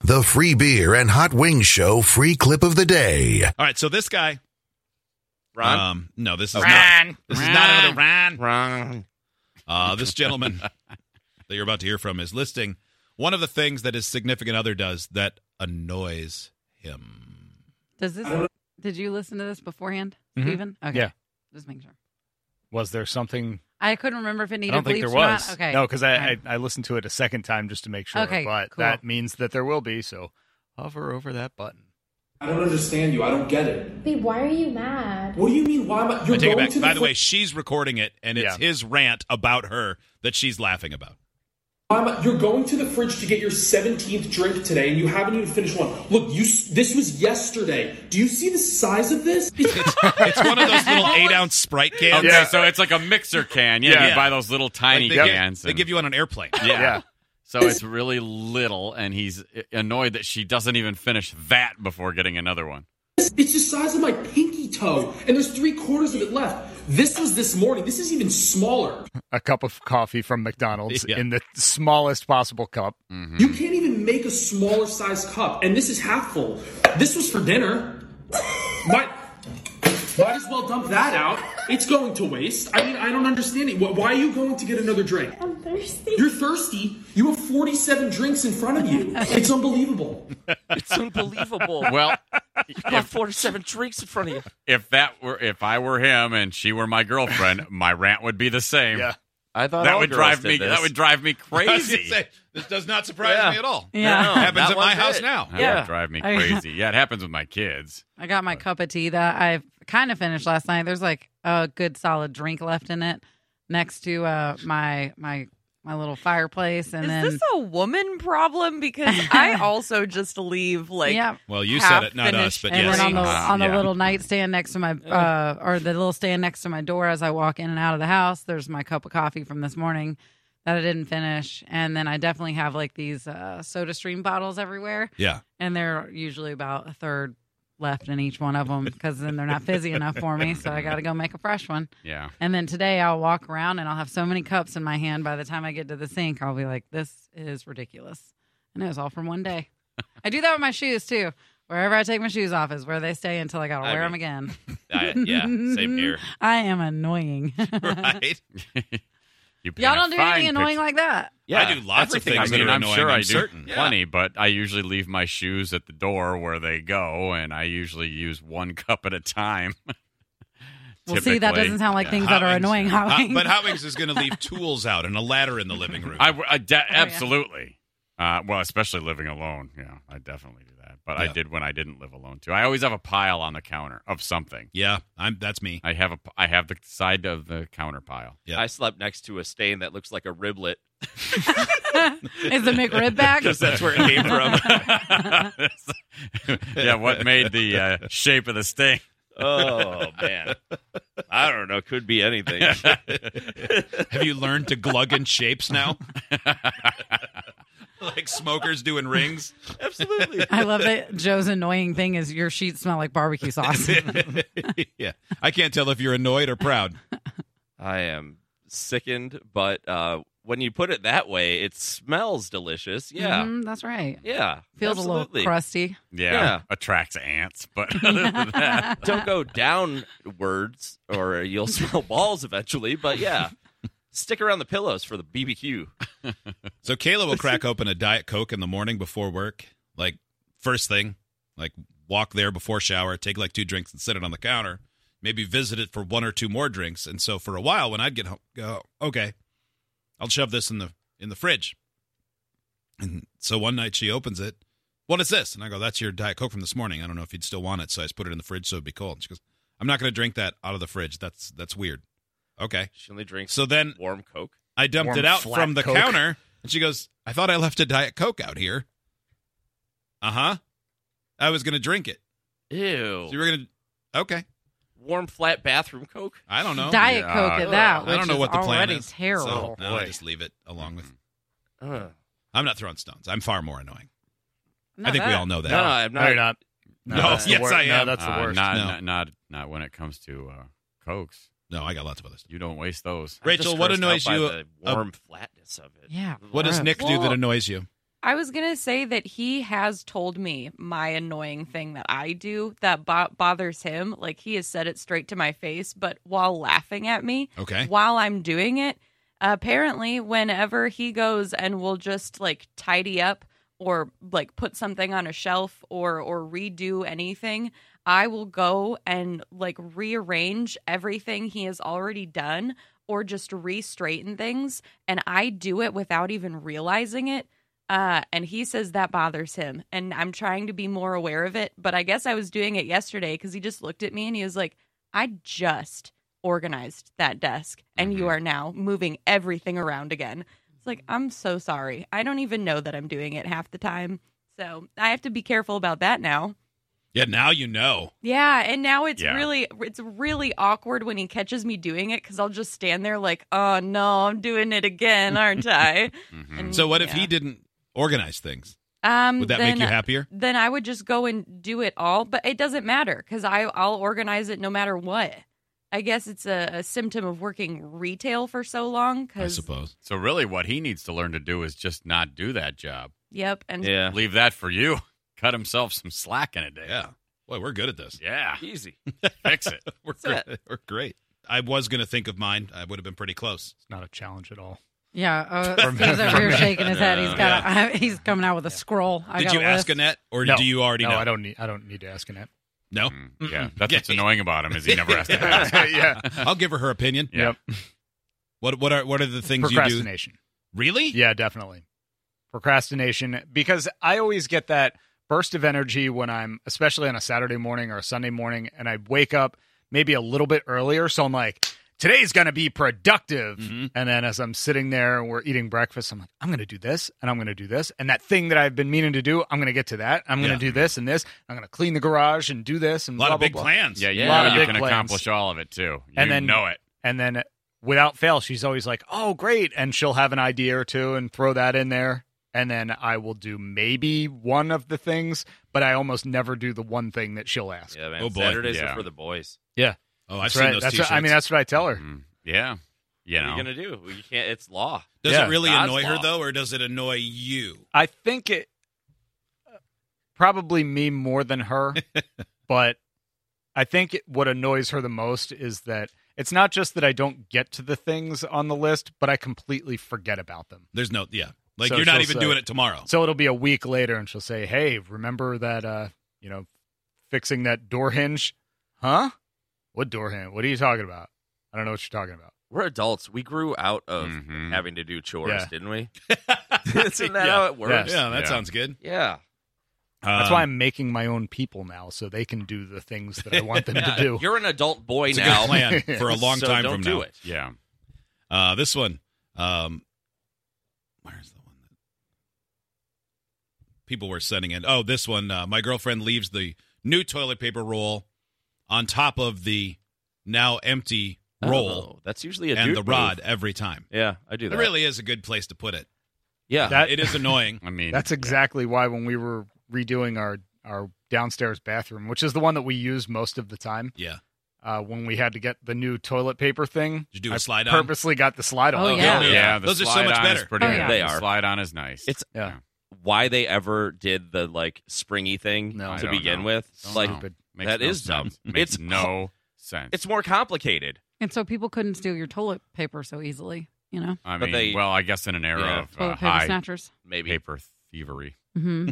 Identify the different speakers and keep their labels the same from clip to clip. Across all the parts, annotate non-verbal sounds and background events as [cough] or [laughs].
Speaker 1: The free beer and hot wings show free clip of the day.
Speaker 2: All right, so this guy.
Speaker 3: Ron?
Speaker 2: Um, no,
Speaker 4: Oh,
Speaker 2: this is not.
Speaker 3: Ron.
Speaker 2: This is not another Ron.
Speaker 3: Ron.
Speaker 2: Uh, this gentleman [laughs] that you're about to hear from is listing one of the things that his significant other does that annoys him.
Speaker 5: Does this? Did you listen to this beforehand,
Speaker 4: Mhm.
Speaker 5: Stephen? Okay.
Speaker 4: Yeah.
Speaker 5: Just making sure.
Speaker 4: Was there something?
Speaker 5: I couldn't remember if it
Speaker 4: I
Speaker 5: needed.
Speaker 4: don't think there
Speaker 5: bleeps or not.
Speaker 4: was.
Speaker 5: Okay.
Speaker 4: No, because I, I
Speaker 5: Fine.
Speaker 4: I listened to it a second time just to make sure.
Speaker 5: Okay,
Speaker 4: but
Speaker 5: cool.
Speaker 4: that means that there will be. So hover over that button.
Speaker 6: I don't understand you. I don't get it.
Speaker 7: Babe, why are you mad?
Speaker 6: What do you mean? Why am I?
Speaker 2: I
Speaker 6: You're
Speaker 2: take it
Speaker 6: going
Speaker 2: back.
Speaker 6: to the
Speaker 2: By the
Speaker 6: fr-
Speaker 2: way, she's recording it, and it's
Speaker 4: Yeah.
Speaker 2: his rant about her that she's laughing about.
Speaker 6: why am I- you're going to the fridge to get your 17th drink today, and you haven't even finished one. Look, you. s- This was yesterday. Do you see the size of this?
Speaker 2: [laughs] It's one of those
Speaker 6: [laughs]
Speaker 2: little eight ounce Sprite cans.
Speaker 3: Okay,
Speaker 4: Yeah.
Speaker 3: so it's like a mixer can. Yeah,
Speaker 2: Yeah.
Speaker 3: you buy those little tiny
Speaker 2: Like, they,
Speaker 3: cans.
Speaker 2: give, they
Speaker 3: and-
Speaker 2: give you on an airplane.
Speaker 3: yeah.
Speaker 4: Yeah.
Speaker 3: So it's really little, and he's annoyed that she doesn't even finish that before getting another one.
Speaker 6: It's the size of my pinky toe, and there's three quarters of it left. This was this morning. This is even smaller.
Speaker 4: A cup of coffee from McDonald's
Speaker 2: Yeah.
Speaker 4: in the smallest possible cup.
Speaker 6: You can't even make a smaller size cup, and this is half full. This was for dinner. Might, might as well dump that out. It's going to waste. I mean, I don't understand it. Wh- Why are you going to get another drink?
Speaker 7: I'm [laughs] thirsty.
Speaker 6: You're thirsty. You have 47 drinks in front of you. It's unbelievable.
Speaker 8: It's [laughs] unbelievable.
Speaker 2: [laughs]
Speaker 3: Well,
Speaker 8: I got 47 drinks in front of you.
Speaker 3: if that were if I were him and she were my
Speaker 2: [laughs]
Speaker 3: girlfriend, my rant would be the same.
Speaker 4: Yeah.
Speaker 8: I thought
Speaker 3: That would drive me. That would drive me
Speaker 2: [laughs] I was gonna
Speaker 3: crazy.
Speaker 2: say, this does not surprise
Speaker 3: Yeah.
Speaker 2: me at all.
Speaker 5: Yeah.
Speaker 2: It happens
Speaker 3: that
Speaker 2: at my
Speaker 3: one's
Speaker 2: house
Speaker 3: it.
Speaker 2: now.
Speaker 3: That
Speaker 8: Yeah.
Speaker 3: would drive me
Speaker 5: I-
Speaker 3: crazy. Yeah, it happens with my kids.
Speaker 5: I got my cup of tea that I kind of finished last night. There's like a good solid drink left in it next to uh my my my little fireplace, and
Speaker 9: Is
Speaker 5: then
Speaker 9: this a woman problem? Because
Speaker 5: [laughs]
Speaker 9: I also just leave like
Speaker 5: yeah.
Speaker 2: Well, you said
Speaker 9: Half
Speaker 2: it, not us,
Speaker 9: finished
Speaker 2: but
Speaker 5: And
Speaker 2: yes. [laughs]
Speaker 5: then on the
Speaker 3: Uh-huh.
Speaker 5: on the
Speaker 3: Yeah.
Speaker 5: little nightstand next to my uh or the little stand next to my door as I walk in and out of the house, there's my cup of coffee from this morning that I didn't finish. And then I definitely have like these uh soda stream bottles everywhere
Speaker 2: yeah. [laughs]
Speaker 5: and they're usually about a third left in each one of them because then they're not fizzy enough for me. So I got to go make a fresh one.
Speaker 3: Yeah.
Speaker 5: And then today I'll walk around and I'll have so many cups in my hand. By the time I get to the sink, I'll be like, this is ridiculous. And it was all from
Speaker 3: [laughs]
Speaker 5: one day. I do that with my shoes too. Wherever I take my shoes off is where they stay until I got to
Speaker 3: I
Speaker 5: wear them
Speaker 3: mean-
Speaker 5: again.
Speaker 3: [laughs] I- yeah. Same here.
Speaker 5: [laughs] I am annoying. [laughs]
Speaker 2: Right?
Speaker 3: You paint
Speaker 5: Y'all
Speaker 3: a
Speaker 5: don't do
Speaker 3: fine
Speaker 5: anything annoying
Speaker 3: picture.
Speaker 5: like that.
Speaker 2: Yeah, I do lots of
Speaker 3: everything.
Speaker 2: things
Speaker 3: I mean,
Speaker 2: that are
Speaker 3: I'm
Speaker 2: annoying,
Speaker 3: sure
Speaker 2: I'm
Speaker 3: I do
Speaker 2: certain. Yeah.
Speaker 3: plenty, but I usually leave my shoes at the door where they go, and I usually use one [laughs] cup at a time.
Speaker 5: Well, see, that
Speaker 3: Typically.
Speaker 5: doesn't sound like
Speaker 3: Yeah.
Speaker 5: things that are
Speaker 2: Hot wings.
Speaker 5: annoying. Hot
Speaker 2: Hot-
Speaker 5: wings.
Speaker 2: but Hot Wings is going to
Speaker 5: [laughs]
Speaker 2: leave tools out and a ladder in the living room.
Speaker 3: I, w- I de-
Speaker 5: Oh, yeah.
Speaker 3: absolutely. Uh, well, especially living alone. Yeah, I definitely do that. But
Speaker 2: Yeah.
Speaker 3: I did when I didn't live alone too. I always have a pile on the counter of something.
Speaker 2: yeah, I'm. That's me.
Speaker 3: I have a p- I have the side of the counter pile. [laughs]
Speaker 2: Yeah.
Speaker 8: I slept next to a stain that looks like a riblet.
Speaker 5: is
Speaker 3: [laughs]
Speaker 5: the McRib back?
Speaker 8: Because that's where it came [laughs] from.
Speaker 3: yeah, what made the uh, shape of the sting?
Speaker 8: oh, man. I don't know. Could be anything.
Speaker 2: Have you learned to glug in shapes now? [laughs] like smokers do in rings. [laughs]
Speaker 8: Absolutely.
Speaker 5: I love that Joe's annoying thing is your sheets smell
Speaker 3: [laughs]
Speaker 5: like barbecue sauce.
Speaker 2: yeah, I can't tell if you're annoyed or proud.
Speaker 8: I am sickened, but uh, when you put it that way, it smells delicious. Yeah.
Speaker 5: Mhm, that's right.
Speaker 8: Yeah.
Speaker 5: Feels a little
Speaker 8: absolutely.
Speaker 5: crusty.
Speaker 3: Yeah,
Speaker 8: Yeah.
Speaker 3: attracts ants, but [laughs] other than that,
Speaker 8: Don't go downwards or you'll smell balls eventually, but yeah. Stick around the pillows for the BBQ.
Speaker 2: So Kayla will crack open a diet coke in the morning before work, like first thing, like walk there before shower, take like two drinks and sit it on the counter. Maybe visit it for one or two more drinks. And so for a while, when I'd get home, go okay, I'll shove this in the in the fridge. And so one night she opens it. What is this? And I go, that's your diet coke from this morning. I don't know if you'd still want it, so I just put it in the fridge so it'd be cold. And she goes, I'm not going to drink that out of the fridge. That's that's weird. Okay.
Speaker 8: She only drinks
Speaker 2: So then
Speaker 8: warm Coke.
Speaker 2: I dumped
Speaker 4: Warm,
Speaker 2: it out
Speaker 4: flat
Speaker 2: from the
Speaker 4: Coke.
Speaker 2: counter. And she goes, I thought I left a Diet Coke out here. Uh huh. I was going to drink it.
Speaker 8: Ew.
Speaker 2: So you were going to. Okay.
Speaker 8: warm flat bathroom Coke.
Speaker 2: I don't know.
Speaker 5: Diet
Speaker 3: yeah.
Speaker 5: Coke at that. Which
Speaker 2: I don't know
Speaker 5: is
Speaker 2: what the plan
Speaker 5: already
Speaker 2: is. So,
Speaker 5: Terrible.
Speaker 2: no, I just leave it along
Speaker 3: Mm-hmm.
Speaker 4: Mm-hmm.
Speaker 2: with.
Speaker 8: Ugh.
Speaker 2: I'm not throwing stones. I'm far more annoying.
Speaker 5: No,
Speaker 2: I think we
Speaker 5: that-
Speaker 2: all know that.
Speaker 8: No, I'm
Speaker 4: No,
Speaker 8: not.
Speaker 4: you're not.
Speaker 2: No,
Speaker 4: that's the
Speaker 2: yes,
Speaker 4: wor-
Speaker 2: I
Speaker 4: no,
Speaker 2: am.
Speaker 4: that's the
Speaker 3: uh,
Speaker 4: worst.
Speaker 3: Not,
Speaker 2: No.
Speaker 3: not not not when it comes to uh, cokes.
Speaker 2: No, I got lots of other stuff.
Speaker 3: You don't waste those.
Speaker 8: I'm just
Speaker 2: Rachel, what
Speaker 8: grossed
Speaker 2: annoys
Speaker 8: out by
Speaker 2: you,
Speaker 8: the warm flatness of it.
Speaker 5: Yeah.
Speaker 2: What does Nick do
Speaker 9: Well-
Speaker 2: that annoys you?
Speaker 9: I was going to say that he has told me my annoying thing that I do that bo- bothers him. Like he has said it straight to my face, but while laughing at me,
Speaker 2: Okay.
Speaker 9: while I'm doing it, apparently, whenever he goes and will just like tidy up or like put something on a shelf or or redo anything, I will go and like rearrange everything he has already done or just re-straighten things and I do it without even realizing it. Uh, and he says that bothers him. And I'm trying to be more aware of it. But I guess I was doing it yesterday because he just looked at me and he was like, I just organized that desk and you are now moving everything around again. It's like, I'm so sorry. I don't even know that I'm doing it half the time. So I have to be careful about that now.
Speaker 2: Yeah, now you know.
Speaker 9: Yeah, and now it's
Speaker 3: Yeah.
Speaker 9: really it's really awkward when he catches me doing it because I'll just stand there like, oh no, I'm doing it again, aren't I?
Speaker 8: Mm-hmm.
Speaker 3: Mhm.
Speaker 9: And,
Speaker 2: So what if
Speaker 9: Mm. yeah.
Speaker 2: he didn't organize things?
Speaker 9: Um,
Speaker 2: Would that
Speaker 9: then,
Speaker 2: make you happier?
Speaker 9: Then I would just go and do it all, but it doesn't matter because I'll organize it no matter what. I guess it's a, a symptom of working retail for so long.
Speaker 2: I
Speaker 9: Because
Speaker 2: suppose.
Speaker 3: So really, what he needs to learn to do is just not do that job.
Speaker 9: yep, and
Speaker 8: Yeah.
Speaker 3: Leave that for you. [laughs] Cut himself some slack in a day.
Speaker 2: Yeah. Boy, we're good at this.
Speaker 3: Yeah.
Speaker 8: Easy.
Speaker 3: Fix [laughs] it.
Speaker 2: [laughs] We're
Speaker 8: That's
Speaker 2: great. We're great. I was going to think of mine. I would have been pretty close.
Speaker 5: [laughs]
Speaker 4: It's not a challenge at all.
Speaker 5: Yeah, uh, Steve's
Speaker 4: [laughs]
Speaker 5: over here shaking
Speaker 2: [laughs]
Speaker 5: his head. He's got. I, [laughs] he's coming out with a scroll. I
Speaker 2: Did
Speaker 5: got
Speaker 2: you
Speaker 5: a
Speaker 2: ask
Speaker 5: list.
Speaker 2: Annette or
Speaker 4: No.
Speaker 2: do you already [laughs]
Speaker 4: no,
Speaker 2: know?
Speaker 4: I don't need. I don't need to ask Annette.
Speaker 2: No.
Speaker 3: Mm, Yeah.
Speaker 2: Mm-mm.
Speaker 3: That's what's
Speaker 2: Yeah.
Speaker 3: annoying about him is he never [laughs] has to ask.
Speaker 4: yeah.
Speaker 2: I'll give her her opinion.
Speaker 3: Yeah.
Speaker 4: Yep.
Speaker 2: What what are what are the things you do?
Speaker 4: Procrastination.
Speaker 2: Really?
Speaker 4: Yeah, definitely. Procrastination because I always get that burst of energy when I'm especially on a Saturday morning or a Sunday morning and I wake up maybe a little bit earlier so I'm like today's going to be productive.
Speaker 2: Mhm.
Speaker 4: And then as I'm sitting there and we're eating breakfast I'm like I'm going to do this and I'm going to do this and that thing that I've been meaning to do I'm going to get to that. I'm going to
Speaker 2: Yeah.
Speaker 4: do this and this. I'm going to clean the garage and do this and
Speaker 2: A lot
Speaker 4: blah,
Speaker 2: of big
Speaker 4: blah, blah.
Speaker 2: plans.
Speaker 3: Yeah, you
Speaker 4: Lot
Speaker 3: know
Speaker 4: of
Speaker 3: you
Speaker 4: big
Speaker 3: can
Speaker 4: plans.
Speaker 3: accomplish all of it too. You
Speaker 4: And then-
Speaker 3: know it.
Speaker 4: And then without fail, she's always like, "Oh, great!" And she'll have an idea or two and throw that in there, and then I will do maybe one of the things, but I almost never do the one thing that she'll ask.
Speaker 8: Yeah, man.
Speaker 2: Oh, boy.
Speaker 8: Saturdays
Speaker 3: Yeah.
Speaker 8: are for the boys.
Speaker 2: Oh, I've
Speaker 4: That's
Speaker 2: seen
Speaker 4: right.
Speaker 2: those
Speaker 4: That's
Speaker 2: t-shirts.
Speaker 4: what, I mean, that's what I tell her.
Speaker 3: Mhm. Yeah. You
Speaker 8: What
Speaker 3: know.
Speaker 8: are you gonna do? You can't. It's law.
Speaker 2: does
Speaker 4: yeah.
Speaker 2: it really
Speaker 8: God's
Speaker 2: annoy her
Speaker 8: law.
Speaker 2: though, or does it annoy you?
Speaker 4: I think it uh, probably me more than her, but I think it- what annoys her the most is that it's not just that I don't get to the things on the list, but I completely forget about them.
Speaker 2: There's no yeah. Like
Speaker 4: So
Speaker 2: you're not
Speaker 4: she'll
Speaker 2: even
Speaker 4: say-
Speaker 2: doing it tomorrow.
Speaker 4: [laughs] So it'll be a week later, and she'll say, "Hey, remember that? Uh, you know, fixing that door hinge? Huh? What door hinge? What are you talking about? I don't know what you're talking about.
Speaker 8: We're adults. We grew out of
Speaker 3: Mhm.
Speaker 8: having to do chores,
Speaker 4: Yeah.
Speaker 8: didn't
Speaker 3: [laughs]
Speaker 8: we?
Speaker 2: yeah.
Speaker 8: Isn't that how it works?
Speaker 2: Yeah, that
Speaker 3: Yeah.
Speaker 2: sounds good.
Speaker 8: Yeah.
Speaker 2: Um,
Speaker 4: That's why I'm making my own people now, so they can do the things that I
Speaker 2: [laughs]
Speaker 4: want them to do.
Speaker 8: You're an adult boy
Speaker 2: it's a
Speaker 8: now.
Speaker 2: good plan
Speaker 4: [laughs]
Speaker 2: for a
Speaker 8: [laughs]
Speaker 2: long
Speaker 8: so
Speaker 2: time
Speaker 8: don't
Speaker 2: from
Speaker 8: do
Speaker 2: now.
Speaker 8: it.
Speaker 3: Yeah.
Speaker 2: Uh, this one. Um, where's the one that people were sending in? Oh, this one. Uh, my girlfriend leaves the new toilet paper roll on top of the now empty
Speaker 8: I don't
Speaker 2: roll
Speaker 8: know. That's usually a
Speaker 2: and
Speaker 8: Oh. dude
Speaker 2: the
Speaker 8: move.
Speaker 2: rod every time.
Speaker 8: Yeah, I do
Speaker 2: It
Speaker 8: that.
Speaker 2: really is a good place to put it.
Speaker 8: Yeah.
Speaker 4: That-
Speaker 2: it is annoying. [laughs]
Speaker 3: I mean
Speaker 4: That's exactly why when we were redoing our our downstairs bathroom, which is the one that we use most of the time,
Speaker 2: Yeah.
Speaker 4: uh, when we had to get the new toilet paper thing,
Speaker 2: Did you do a
Speaker 4: I
Speaker 2: slide on?
Speaker 4: purposely got the slide on.
Speaker 5: Oh,
Speaker 2: Oh,
Speaker 5: yeah.
Speaker 2: good.
Speaker 3: Yeah, the
Speaker 2: Those are so
Speaker 3: slide
Speaker 2: much
Speaker 3: on
Speaker 2: better.
Speaker 3: Is pretty
Speaker 5: Oh,
Speaker 3: good.
Speaker 5: yeah.
Speaker 8: They
Speaker 3: The
Speaker 8: are.
Speaker 3: slide on is nice.
Speaker 8: It's
Speaker 4: Yeah.
Speaker 8: why they ever did the like springy thing
Speaker 4: No. I
Speaker 8: to
Speaker 3: don't
Speaker 8: begin
Speaker 3: know.
Speaker 8: with.
Speaker 2: Oh,
Speaker 3: Don't
Speaker 8: like
Speaker 3: know. Makes
Speaker 8: that
Speaker 3: no
Speaker 8: is dumb.
Speaker 3: sense. Makes
Speaker 8: It's-
Speaker 3: no sense.
Speaker 8: it's more complicated.
Speaker 5: And so people couldn't steal your toilet paper so easily. You know,
Speaker 3: I
Speaker 8: But
Speaker 3: mean,
Speaker 8: they-
Speaker 3: well, I guess in an era
Speaker 8: Yeah.
Speaker 3: of
Speaker 5: toilet
Speaker 3: uh,
Speaker 5: paper
Speaker 3: high
Speaker 5: snatchers.
Speaker 8: Maybe
Speaker 3: paper thievery.
Speaker 5: Mm-hmm.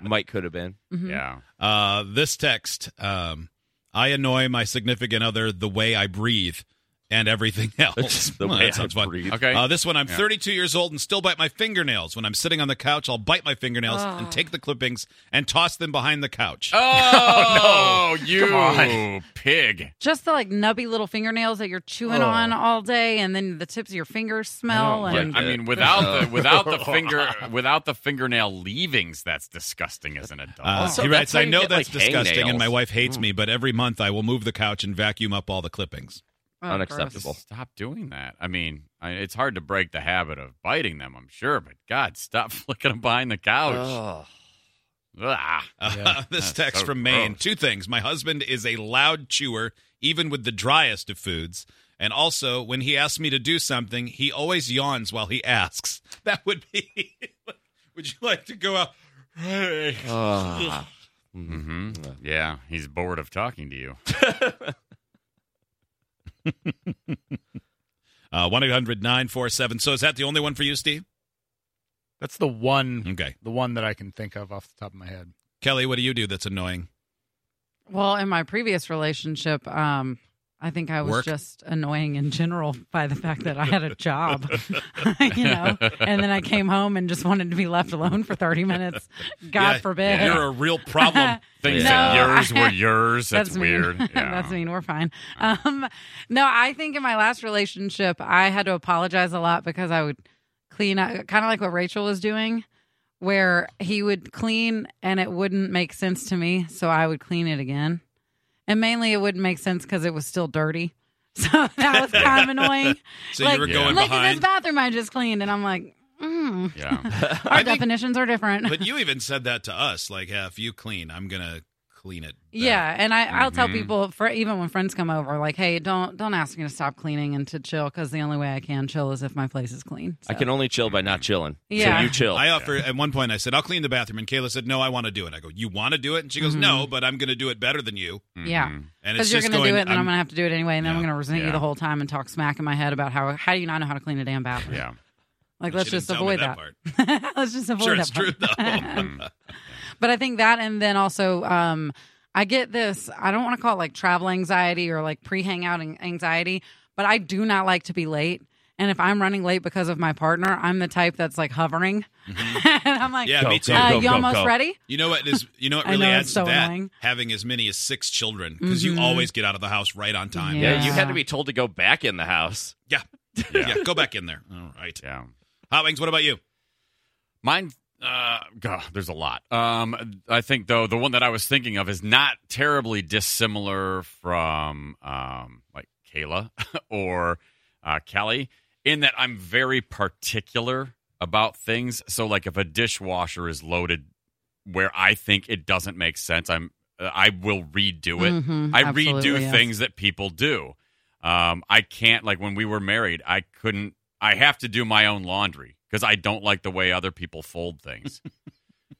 Speaker 8: Mike could have been.
Speaker 5: hmm
Speaker 3: Yeah.
Speaker 2: Uh, this text. Um, I annoy my significant other the way I breathe and everything [laughs] else.
Speaker 8: the
Speaker 2: Well,
Speaker 8: way
Speaker 2: that sounds
Speaker 8: I
Speaker 2: fun.
Speaker 8: breathe.
Speaker 3: Okay.
Speaker 2: Uh, this one, I'm
Speaker 3: Yeah.
Speaker 2: 32 years old and still bite my fingernails. When I'm sitting on the couch, I'll bite my fingernails and take the clippings and toss them behind the couch. Uh,
Speaker 3: Oh, [laughs] no.
Speaker 4: Come
Speaker 3: you
Speaker 4: on.
Speaker 3: [laughs] pig.
Speaker 5: Just the like nubby little fingernails that you're chewing
Speaker 4: Oh.
Speaker 5: on all day, and then the tips of your fingers smell.
Speaker 4: I don't
Speaker 5: and
Speaker 3: I mean, without the
Speaker 8: [laughs]
Speaker 3: without the
Speaker 8: Oh.
Speaker 3: finger without the fingernail leavings, that's disgusting as an adult.
Speaker 2: Uh,
Speaker 8: Also,
Speaker 2: he
Speaker 8: that's
Speaker 2: writes,
Speaker 8: how
Speaker 2: I
Speaker 8: you
Speaker 2: know
Speaker 8: get,
Speaker 2: that's
Speaker 8: like,
Speaker 2: disgusting and my
Speaker 8: hangnails." Hmm.
Speaker 2: wife hates me, but every month I will move the couch and vacuum up all the clippings.
Speaker 5: Oh, gross.
Speaker 8: unacceptable.
Speaker 3: Just stop doing that. I mean, I, it's hard to break the habit of biting them, I'm sure, but God, stop [laughs] flicking them behind the couch.
Speaker 8: Ugh.
Speaker 3: Ah.
Speaker 2: Uh,
Speaker 4: Yeah.
Speaker 2: [laughs] this
Speaker 3: That's
Speaker 2: text
Speaker 3: so
Speaker 2: from Maine.
Speaker 3: gross.
Speaker 2: Two things. My husband is a loud chewer, even with the driest of foods. And also, [laughs] when he asks me to do something, he always yawns while he asks. That would be [laughs] Would you like to go out? [sighs]
Speaker 3: Uh.
Speaker 8: Ah. Mhm.
Speaker 3: hmm Yeah, he's bored of talking to you.
Speaker 2: Uh, One eight hundred nine four seven. So is that the only one for you, Steve?
Speaker 4: That's the one,
Speaker 2: Okay,
Speaker 4: the one that I can think of off the top of my head.
Speaker 2: Kelly, what do you do that's annoying?
Speaker 5: Well, in my previous relationship, um, I think I was
Speaker 2: Work?
Speaker 5: just annoying in general [laughs] by the fact that I had a job, [laughs]
Speaker 2: [laughs]
Speaker 5: you know, and then I came home and just wanted to be left alone for 30 minutes. God
Speaker 2: Yeah,
Speaker 5: forbid.
Speaker 2: You're a real
Speaker 5: [laughs]
Speaker 2: problem.
Speaker 3: Things
Speaker 8: No,
Speaker 3: that yours
Speaker 5: I-
Speaker 3: were yours. That's, weird.
Speaker 5: Mean.
Speaker 3: Yeah.
Speaker 5: [laughs] That's mean. We're fine. Um, no, I think in my last relationship, I had to apologize a lot because I would clean up, kind of like what Rachel was doing, where he would clean and it wouldn't make sense to me. So I would clean it again. And mainly it wouldn't make sense because it was still dirty. [laughs] So that was
Speaker 2: [laughs]
Speaker 5: kind of annoying.
Speaker 2: So
Speaker 5: Like-
Speaker 2: you were
Speaker 3: Yeah.
Speaker 2: going
Speaker 5: Look at this
Speaker 2: behind.
Speaker 5: bathroom I just cleaned. And I'm like, mm,
Speaker 3: Yeah.
Speaker 5: our
Speaker 2: I think-
Speaker 5: definitions are different.
Speaker 2: but you even said that to us. Like, yeah, if you clean, I'm gonna clean it. better.
Speaker 5: Yeah, and I, I'll tell
Speaker 2: Mm-hmm.
Speaker 3: Mhm.
Speaker 5: people for even when friends come over, like, hey, don't don't ask me to stop cleaning and to chill because the only way I can chill is if my place is clean.
Speaker 8: [laughs] I
Speaker 5: So-
Speaker 8: can only chill by
Speaker 3: Mm-hmm.
Speaker 8: not chilling.
Speaker 5: Yeah.
Speaker 8: So you chill.
Speaker 2: I offered at one point. I said, "I'll clean the bathroom," and Kayla said, "No, I want to do it." I go, "You want to do it?" And she goes,
Speaker 5: Mhm.
Speaker 2: "No, but I'm going to do it better than you."
Speaker 5: Yeah.
Speaker 2: mm-hmm. And it's
Speaker 5: because you're
Speaker 2: just
Speaker 5: gonna do it, and then I'm
Speaker 2: I'm-
Speaker 5: gonna have to do it anyway, and then I'm
Speaker 2: Yeah.
Speaker 5: gonna resent you
Speaker 3: Yeah.
Speaker 5: the whole time and talk smack in my head about how how do you not know how to clean a damn bathroom?
Speaker 3: Yeah.
Speaker 5: Like,
Speaker 2: She
Speaker 5: let's
Speaker 2: didn't
Speaker 5: just
Speaker 2: tell me
Speaker 5: avoid
Speaker 2: that
Speaker 5: that.
Speaker 2: part.
Speaker 5: [laughs] let's just avoid
Speaker 2: Sure,
Speaker 5: that.
Speaker 2: it's true
Speaker 5: part. [laughs]
Speaker 2: though.
Speaker 3: Mm.
Speaker 5: But I think that, and then also, um, I get this. I don't want to call it like travel anxiety or like pre hangout anxiety, but I do not like to be late. And if I'm running late because of my partner, I'm the type that's like hovering, [laughs] and I'm like,
Speaker 2: yeah, me too.
Speaker 8: go,
Speaker 5: uh,
Speaker 8: go,
Speaker 5: you almost ready?
Speaker 2: You know what is? You know what
Speaker 5: I
Speaker 2: really
Speaker 5: know,
Speaker 2: adds
Speaker 5: it's
Speaker 2: to
Speaker 5: so
Speaker 2: that?
Speaker 5: annoying.
Speaker 2: Having as many as six children because
Speaker 5: Mhm.
Speaker 2: you always get out of the house right on time.
Speaker 8: yeah,
Speaker 5: Yeah.
Speaker 8: you had to be told to go back in the house.
Speaker 2: [laughs] yeah. Go back in there. All right.
Speaker 3: Yeah.
Speaker 2: Hot wings. What about you?
Speaker 3: Mine, uh, God, there's a lot. Um, I think though the one that I was thinking of is not terribly dissimilar from um, like Kayla [laughs] or uh, Kelly, in that I'm very particular about things. So like if a dishwasher is loaded where I think it doesn't make sense, I'm uh, I will redo it.
Speaker 5: Mhm,
Speaker 3: I
Speaker 5: absolutely,
Speaker 3: redo
Speaker 5: yes.
Speaker 3: things that people do. Um, I can't like when we were married, I couldn't. I have to do my own laundry because I don't like the way other people fold
Speaker 5: [laughs]
Speaker 3: things.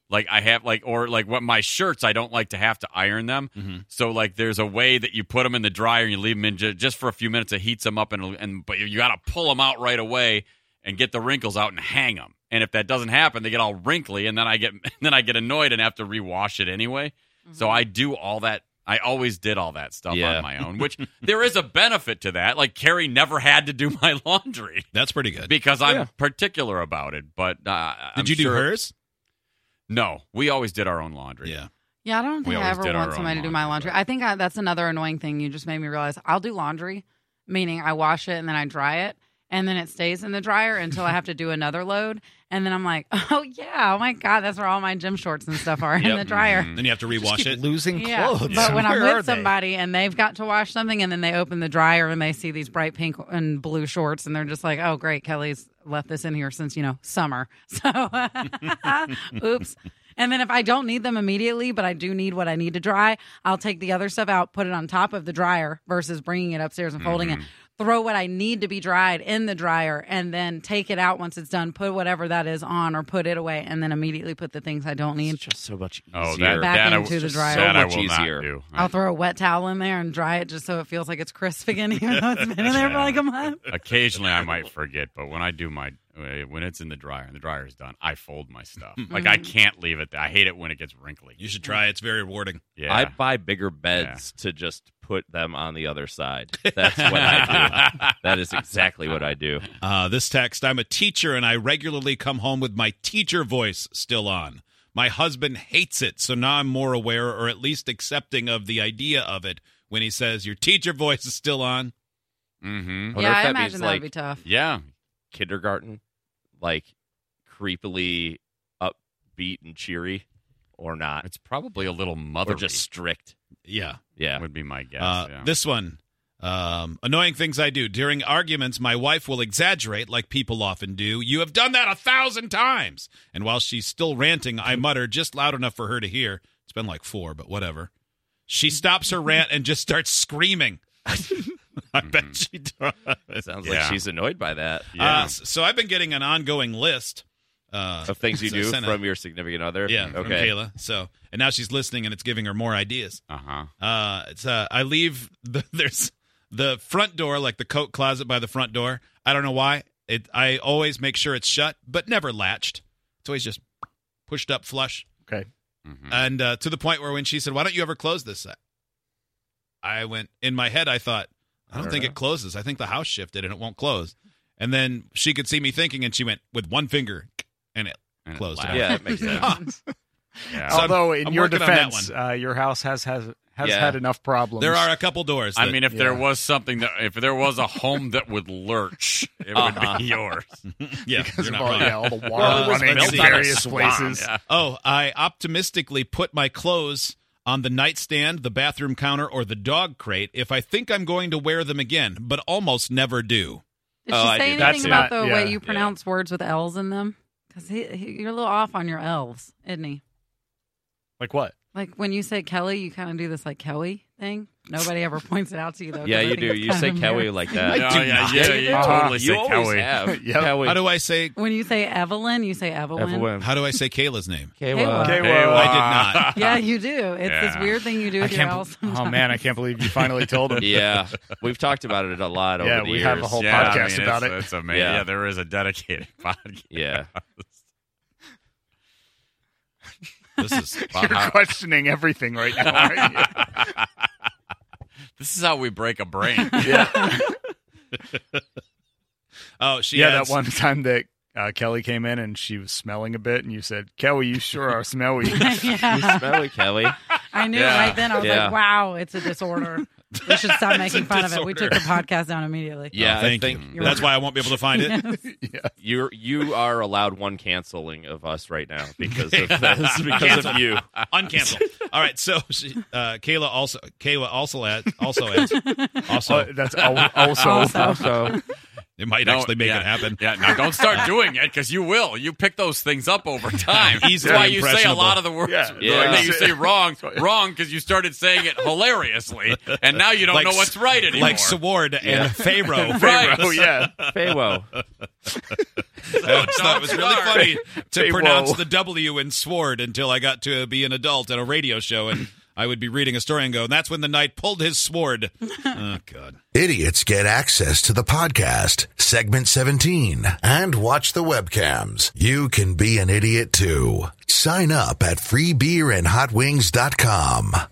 Speaker 3: like I have like or like what my shirts, I don't like to have to iron them.
Speaker 2: Mhm.
Speaker 3: So like there's a way that you put them in the dryer and you leave them in ju- just for a few minutes. It heats them up and and but you got to pull them out right away and get the wrinkles out and hang them. And if that doesn't happen, they get all wrinkly, and then I get [laughs] then I get annoyed and have to rewash it anyway. So
Speaker 5: Mm-hmm.
Speaker 3: I do all that. I always did all that stuff
Speaker 8: Yeah.
Speaker 3: on my
Speaker 8: [laughs]
Speaker 3: own, which there is a benefit to that. Like Carrie never had to do [laughs] my laundry
Speaker 2: That's pretty good.
Speaker 3: because I'm
Speaker 8: Yeah.
Speaker 3: particular about it. But uh,
Speaker 2: Did you do hers?
Speaker 3: No, we always did our own laundry.
Speaker 2: Yeah.
Speaker 5: Yeah, I don't
Speaker 3: We
Speaker 5: think I
Speaker 3: always
Speaker 5: ever
Speaker 3: did our
Speaker 5: want
Speaker 3: own
Speaker 5: somebody to do my
Speaker 3: laundry,
Speaker 5: laundry.
Speaker 3: but-
Speaker 5: I think I, that's another annoying thing. You just made me realize I'll do laundry, meaning I wash it and then I dry it, and then it stays in the dryer until I have to do another load, and then I'm like, [laughs] oh yeah, oh my god, that's where all my gym shorts and stuff are in
Speaker 8: Yep.
Speaker 5: the dryer.
Speaker 3: Mhm.
Speaker 2: Then you have to
Speaker 4: Just
Speaker 2: rewash
Speaker 4: keep
Speaker 2: it.
Speaker 4: losing [laughs]
Speaker 5: Yeah,
Speaker 4: clothes.
Speaker 5: but when I'm
Speaker 4: Where are
Speaker 5: with
Speaker 4: they?
Speaker 5: somebody and they've got to wash something, and then they open the dryer and they see these bright pink and blue shorts, and they're just like, "Oh, great, Kelly's left this in here since you know summer." [laughs] So, oops. And then if I don't need them immediately, but I do need what I need to dry, I'll take the other stuff out, put it on top of the dryer versus bringing it upstairs and folding it.
Speaker 4: Mm-hmm.
Speaker 5: Throw what I need to be dried in the dryer and then take it out once it's done, put whatever that is on or put it away, and then immediately put the things I don't need.
Speaker 8: It's just so much easier.
Speaker 3: Oh, that,
Speaker 5: Back
Speaker 3: that I,
Speaker 5: into the
Speaker 3: just
Speaker 5: dryer.
Speaker 3: that I
Speaker 8: So much
Speaker 3: will
Speaker 8: easier.
Speaker 3: not do.
Speaker 5: I'll throw a wet towel in there and dry it just so it feels like it's crisp again, [laughs] even though it's been in there for like a month.
Speaker 3: Occasionally, I might forget, but when I do my eh, when it's in the dryer and the dryer is done, I fold my stuff. Like I can't leave it. there. I hate it when it gets wrinkly.
Speaker 2: You should try. It's very rewarding.
Speaker 3: Yeah, [laughs]
Speaker 8: I buy bigger beds to just put them on the other
Speaker 2: [laughs]
Speaker 8: side. That's what I do. That is exactly what I
Speaker 2: [laughs]
Speaker 8: do.
Speaker 2: Uh, this text I'm a teacher and I regularly come home with my teacher voice still on. My husband hates it, so now I'm more aware or at least accepting of the idea of it when he says, Your teacher voice is still on.
Speaker 3: Mm-hmm.
Speaker 8: wonder
Speaker 5: Yeah,
Speaker 8: if
Speaker 5: I
Speaker 8: that
Speaker 5: imagine
Speaker 8: means,
Speaker 5: that would
Speaker 8: like-
Speaker 5: be tough.
Speaker 3: Yeah.
Speaker 8: Kindergarten, like creepily upbeat and cheery, or
Speaker 2: [laughs]
Speaker 8: not,
Speaker 3: It's probably a little
Speaker 8: or
Speaker 3: mother
Speaker 8: just strict.
Speaker 2: Yeah.
Speaker 8: Yeah.
Speaker 3: would be my guess.
Speaker 2: Uh,
Speaker 3: yeah.
Speaker 2: This one. Um, annoying things I do. During arguments, my wife will exaggerate like people often do. You have done that a thousand times. And while she's still ranting, I mutter just loud enough for her to hear. It's been like four, but whatever. She stops her rant and just starts screaming. [laughs]
Speaker 8: Mm-hmm.
Speaker 2: I bet she
Speaker 8: [laughs]
Speaker 2: does.
Speaker 8: Sounds
Speaker 3: Yeah.
Speaker 8: like she's annoyed by that.
Speaker 2: Uh, s- so I've been getting an ongoing list uh,
Speaker 8: of
Speaker 2: [laughs]
Speaker 8: things you
Speaker 2: so
Speaker 8: do
Speaker 2: sent a-
Speaker 8: from your significant other.
Speaker 2: yeah, from
Speaker 8: Okay.
Speaker 2: Kayla. So, and now she's listening, and it's giving her more ideas.
Speaker 3: Uh huh.
Speaker 2: Uh, it's uh, I leave [laughs] the, there's the front door, like the coat closet by the front door. I don't know why. It I always make sure it's shut, but never latched. It's always just pushed up flush,
Speaker 4: Okay.
Speaker 3: Mhm.
Speaker 2: and uh, to the point where when she said, "Why don't you ever close this?" I, I went in my head. I thought, I don't,
Speaker 8: don't
Speaker 2: think
Speaker 8: know.
Speaker 2: it closes. I think the house shifted and it won't close. And then she could see me thinking, and she went with one finger, and it.
Speaker 3: And it
Speaker 2: closed.
Speaker 3: laughed.
Speaker 8: Yeah, it makes
Speaker 2: [laughs]
Speaker 5: [laughs]
Speaker 8: sense.
Speaker 2: Huh.
Speaker 3: Yeah.
Speaker 2: So I'm-
Speaker 4: Although, in
Speaker 2: I'm
Speaker 4: your
Speaker 2: working on that
Speaker 4: defense, uh, your house has has, has
Speaker 8: Yeah.
Speaker 4: had enough problems.
Speaker 2: There are
Speaker 4: [laughs]
Speaker 2: a couple doors.
Speaker 3: I
Speaker 2: that-
Speaker 3: mean, if there
Speaker 4: Yeah.
Speaker 3: was something that, if there was a home that would lurch, it
Speaker 8: Uh-huh.
Speaker 3: would be yours.
Speaker 2: [laughs] yeah,
Speaker 4: because
Speaker 2: you're
Speaker 4: of
Speaker 2: not
Speaker 4: all,
Speaker 2: wrong.
Speaker 4: yeah, all the water
Speaker 2: [laughs] Well, it was
Speaker 4: running
Speaker 2: built
Speaker 4: in
Speaker 2: on a
Speaker 4: various
Speaker 3: Swan,
Speaker 4: places.
Speaker 3: yeah.
Speaker 2: Oh, I optimistically put my clothes on the nightstand, the bathroom counter, or the dog crate if I think I'm going to wear them again, but almost never do.
Speaker 5: Did
Speaker 8: Oh,
Speaker 5: she
Speaker 8: I
Speaker 5: say
Speaker 8: do
Speaker 4: that
Speaker 5: anything
Speaker 4: too.
Speaker 5: about
Speaker 4: Not-
Speaker 5: the
Speaker 4: yeah.
Speaker 5: way you pronounce words with L's in them? Because he, he, you're a little off on your L's, isn't he?
Speaker 4: Like what?
Speaker 5: Like when you say Kelly, you kind of do this like Kelly thing. Nobody ever [laughs] points it out to you though.
Speaker 8: Yeah,
Speaker 5: 'cause I
Speaker 8: you
Speaker 5: think
Speaker 8: do.
Speaker 5: it's
Speaker 8: You
Speaker 5: kind
Speaker 8: say
Speaker 5: of
Speaker 8: Kelly
Speaker 5: embarrassing.
Speaker 8: like that.
Speaker 3: Oh, yeah,
Speaker 2: do
Speaker 3: yeah,
Speaker 2: not.
Speaker 3: yeah, you
Speaker 4: Uh-huh.
Speaker 8: you
Speaker 3: totally say
Speaker 8: always
Speaker 3: Cowie.
Speaker 8: have.
Speaker 4: Yep.
Speaker 8: Cowie.
Speaker 2: How do I say
Speaker 5: When you say Evelyn, you say Evelyn.
Speaker 8: Evelyn.
Speaker 2: how do I say Kayla's name?
Speaker 5: Kayla.
Speaker 4: Okay,
Speaker 3: [laughs] Hey,
Speaker 4: well,
Speaker 2: I did
Speaker 8: [laughs]
Speaker 2: not.
Speaker 5: Yeah, you do. It's this
Speaker 3: Yeah.
Speaker 5: weird thing you do
Speaker 4: I
Speaker 5: with your
Speaker 4: can't.
Speaker 5: L's.
Speaker 4: be- oh
Speaker 5: sometimes.
Speaker 4: man, I can't believe you finally told
Speaker 2: [laughs]
Speaker 4: him.
Speaker 8: Yeah, we've talked about it a lot over
Speaker 4: Yeah,
Speaker 8: the
Speaker 4: we
Speaker 8: years.
Speaker 4: have a whole
Speaker 3: yeah,
Speaker 4: podcast
Speaker 3: I mean,
Speaker 4: about
Speaker 3: it's,
Speaker 4: it.
Speaker 3: It's amazing. Yeah.
Speaker 8: Yeah.
Speaker 3: there is a dedicated [laughs] podcast.
Speaker 8: Yeah.
Speaker 2: This
Speaker 3: [laughs]
Speaker 2: is
Speaker 4: [laughs]
Speaker 2: uh-huh.
Speaker 4: You're questioning everything right now. aren't you?
Speaker 3: This is how we break
Speaker 8: [laughs]
Speaker 3: a brain.
Speaker 2: oh [laughs] she
Speaker 4: yeah,
Speaker 2: adds-
Speaker 4: that one time that uh, Kelly came in and she was smelling a bit, and you said, "Kelly, you sure are smelly."
Speaker 8: You
Speaker 5: [laughs] yeah,
Speaker 8: smell it, Kelly.
Speaker 5: I knew
Speaker 3: Yeah.
Speaker 5: right then. I was
Speaker 8: Yeah.
Speaker 5: like, "Wow, it's a disorder. We should stop making
Speaker 2: a
Speaker 5: fun of it." We took
Speaker 2: disorder.
Speaker 5: the podcast down immediately.
Speaker 8: Yeah,
Speaker 2: Oh,
Speaker 8: I
Speaker 2: thank
Speaker 8: think
Speaker 2: you. That's why I won't be able to find
Speaker 3: [laughs]
Speaker 2: it.
Speaker 8: you're you are allowed one canceling of us right now because of this because of you.
Speaker 2: Uncancel. All right, so she, uh, Kayla also Kayla also adds, also
Speaker 3: [laughs]
Speaker 2: adds, also
Speaker 4: Uh, that's al- also, [laughs]
Speaker 5: Also.
Speaker 2: it might
Speaker 3: No,
Speaker 2: actually make
Speaker 3: yeah.
Speaker 2: it happen.
Speaker 3: Yeah, now don't start doing it because you will. You pick those things up
Speaker 8: [laughs]
Speaker 3: over time.
Speaker 2: Easily
Speaker 3: That's why you say a
Speaker 2: impressionable.
Speaker 3: lot of the words
Speaker 4: Yeah.
Speaker 8: Yeah.
Speaker 3: that you say wrong, wrong because you started saying it hilariously, and now you don't
Speaker 2: Like
Speaker 3: know
Speaker 2: s-
Speaker 3: what's right anymore.
Speaker 2: Like Sword and
Speaker 3: [laughs]
Speaker 2: Pharaoh.
Speaker 3: Right.
Speaker 4: Oh yeah,
Speaker 2: [laughs]
Speaker 8: Faywo.
Speaker 2: I always thought it was really
Speaker 3: Sorry.
Speaker 2: funny to
Speaker 4: Hey,
Speaker 2: pronounce
Speaker 4: whoa.
Speaker 2: the W in sword until I got to be an adult at a radio show and I would be reading a story and go, and that's when the knight pulled his sword. oh, God.
Speaker 1: Idiots get access to the podcast, segment 17, and watch the webcams. You can be an idiot too. Sign up at freebeerandhotwings.com.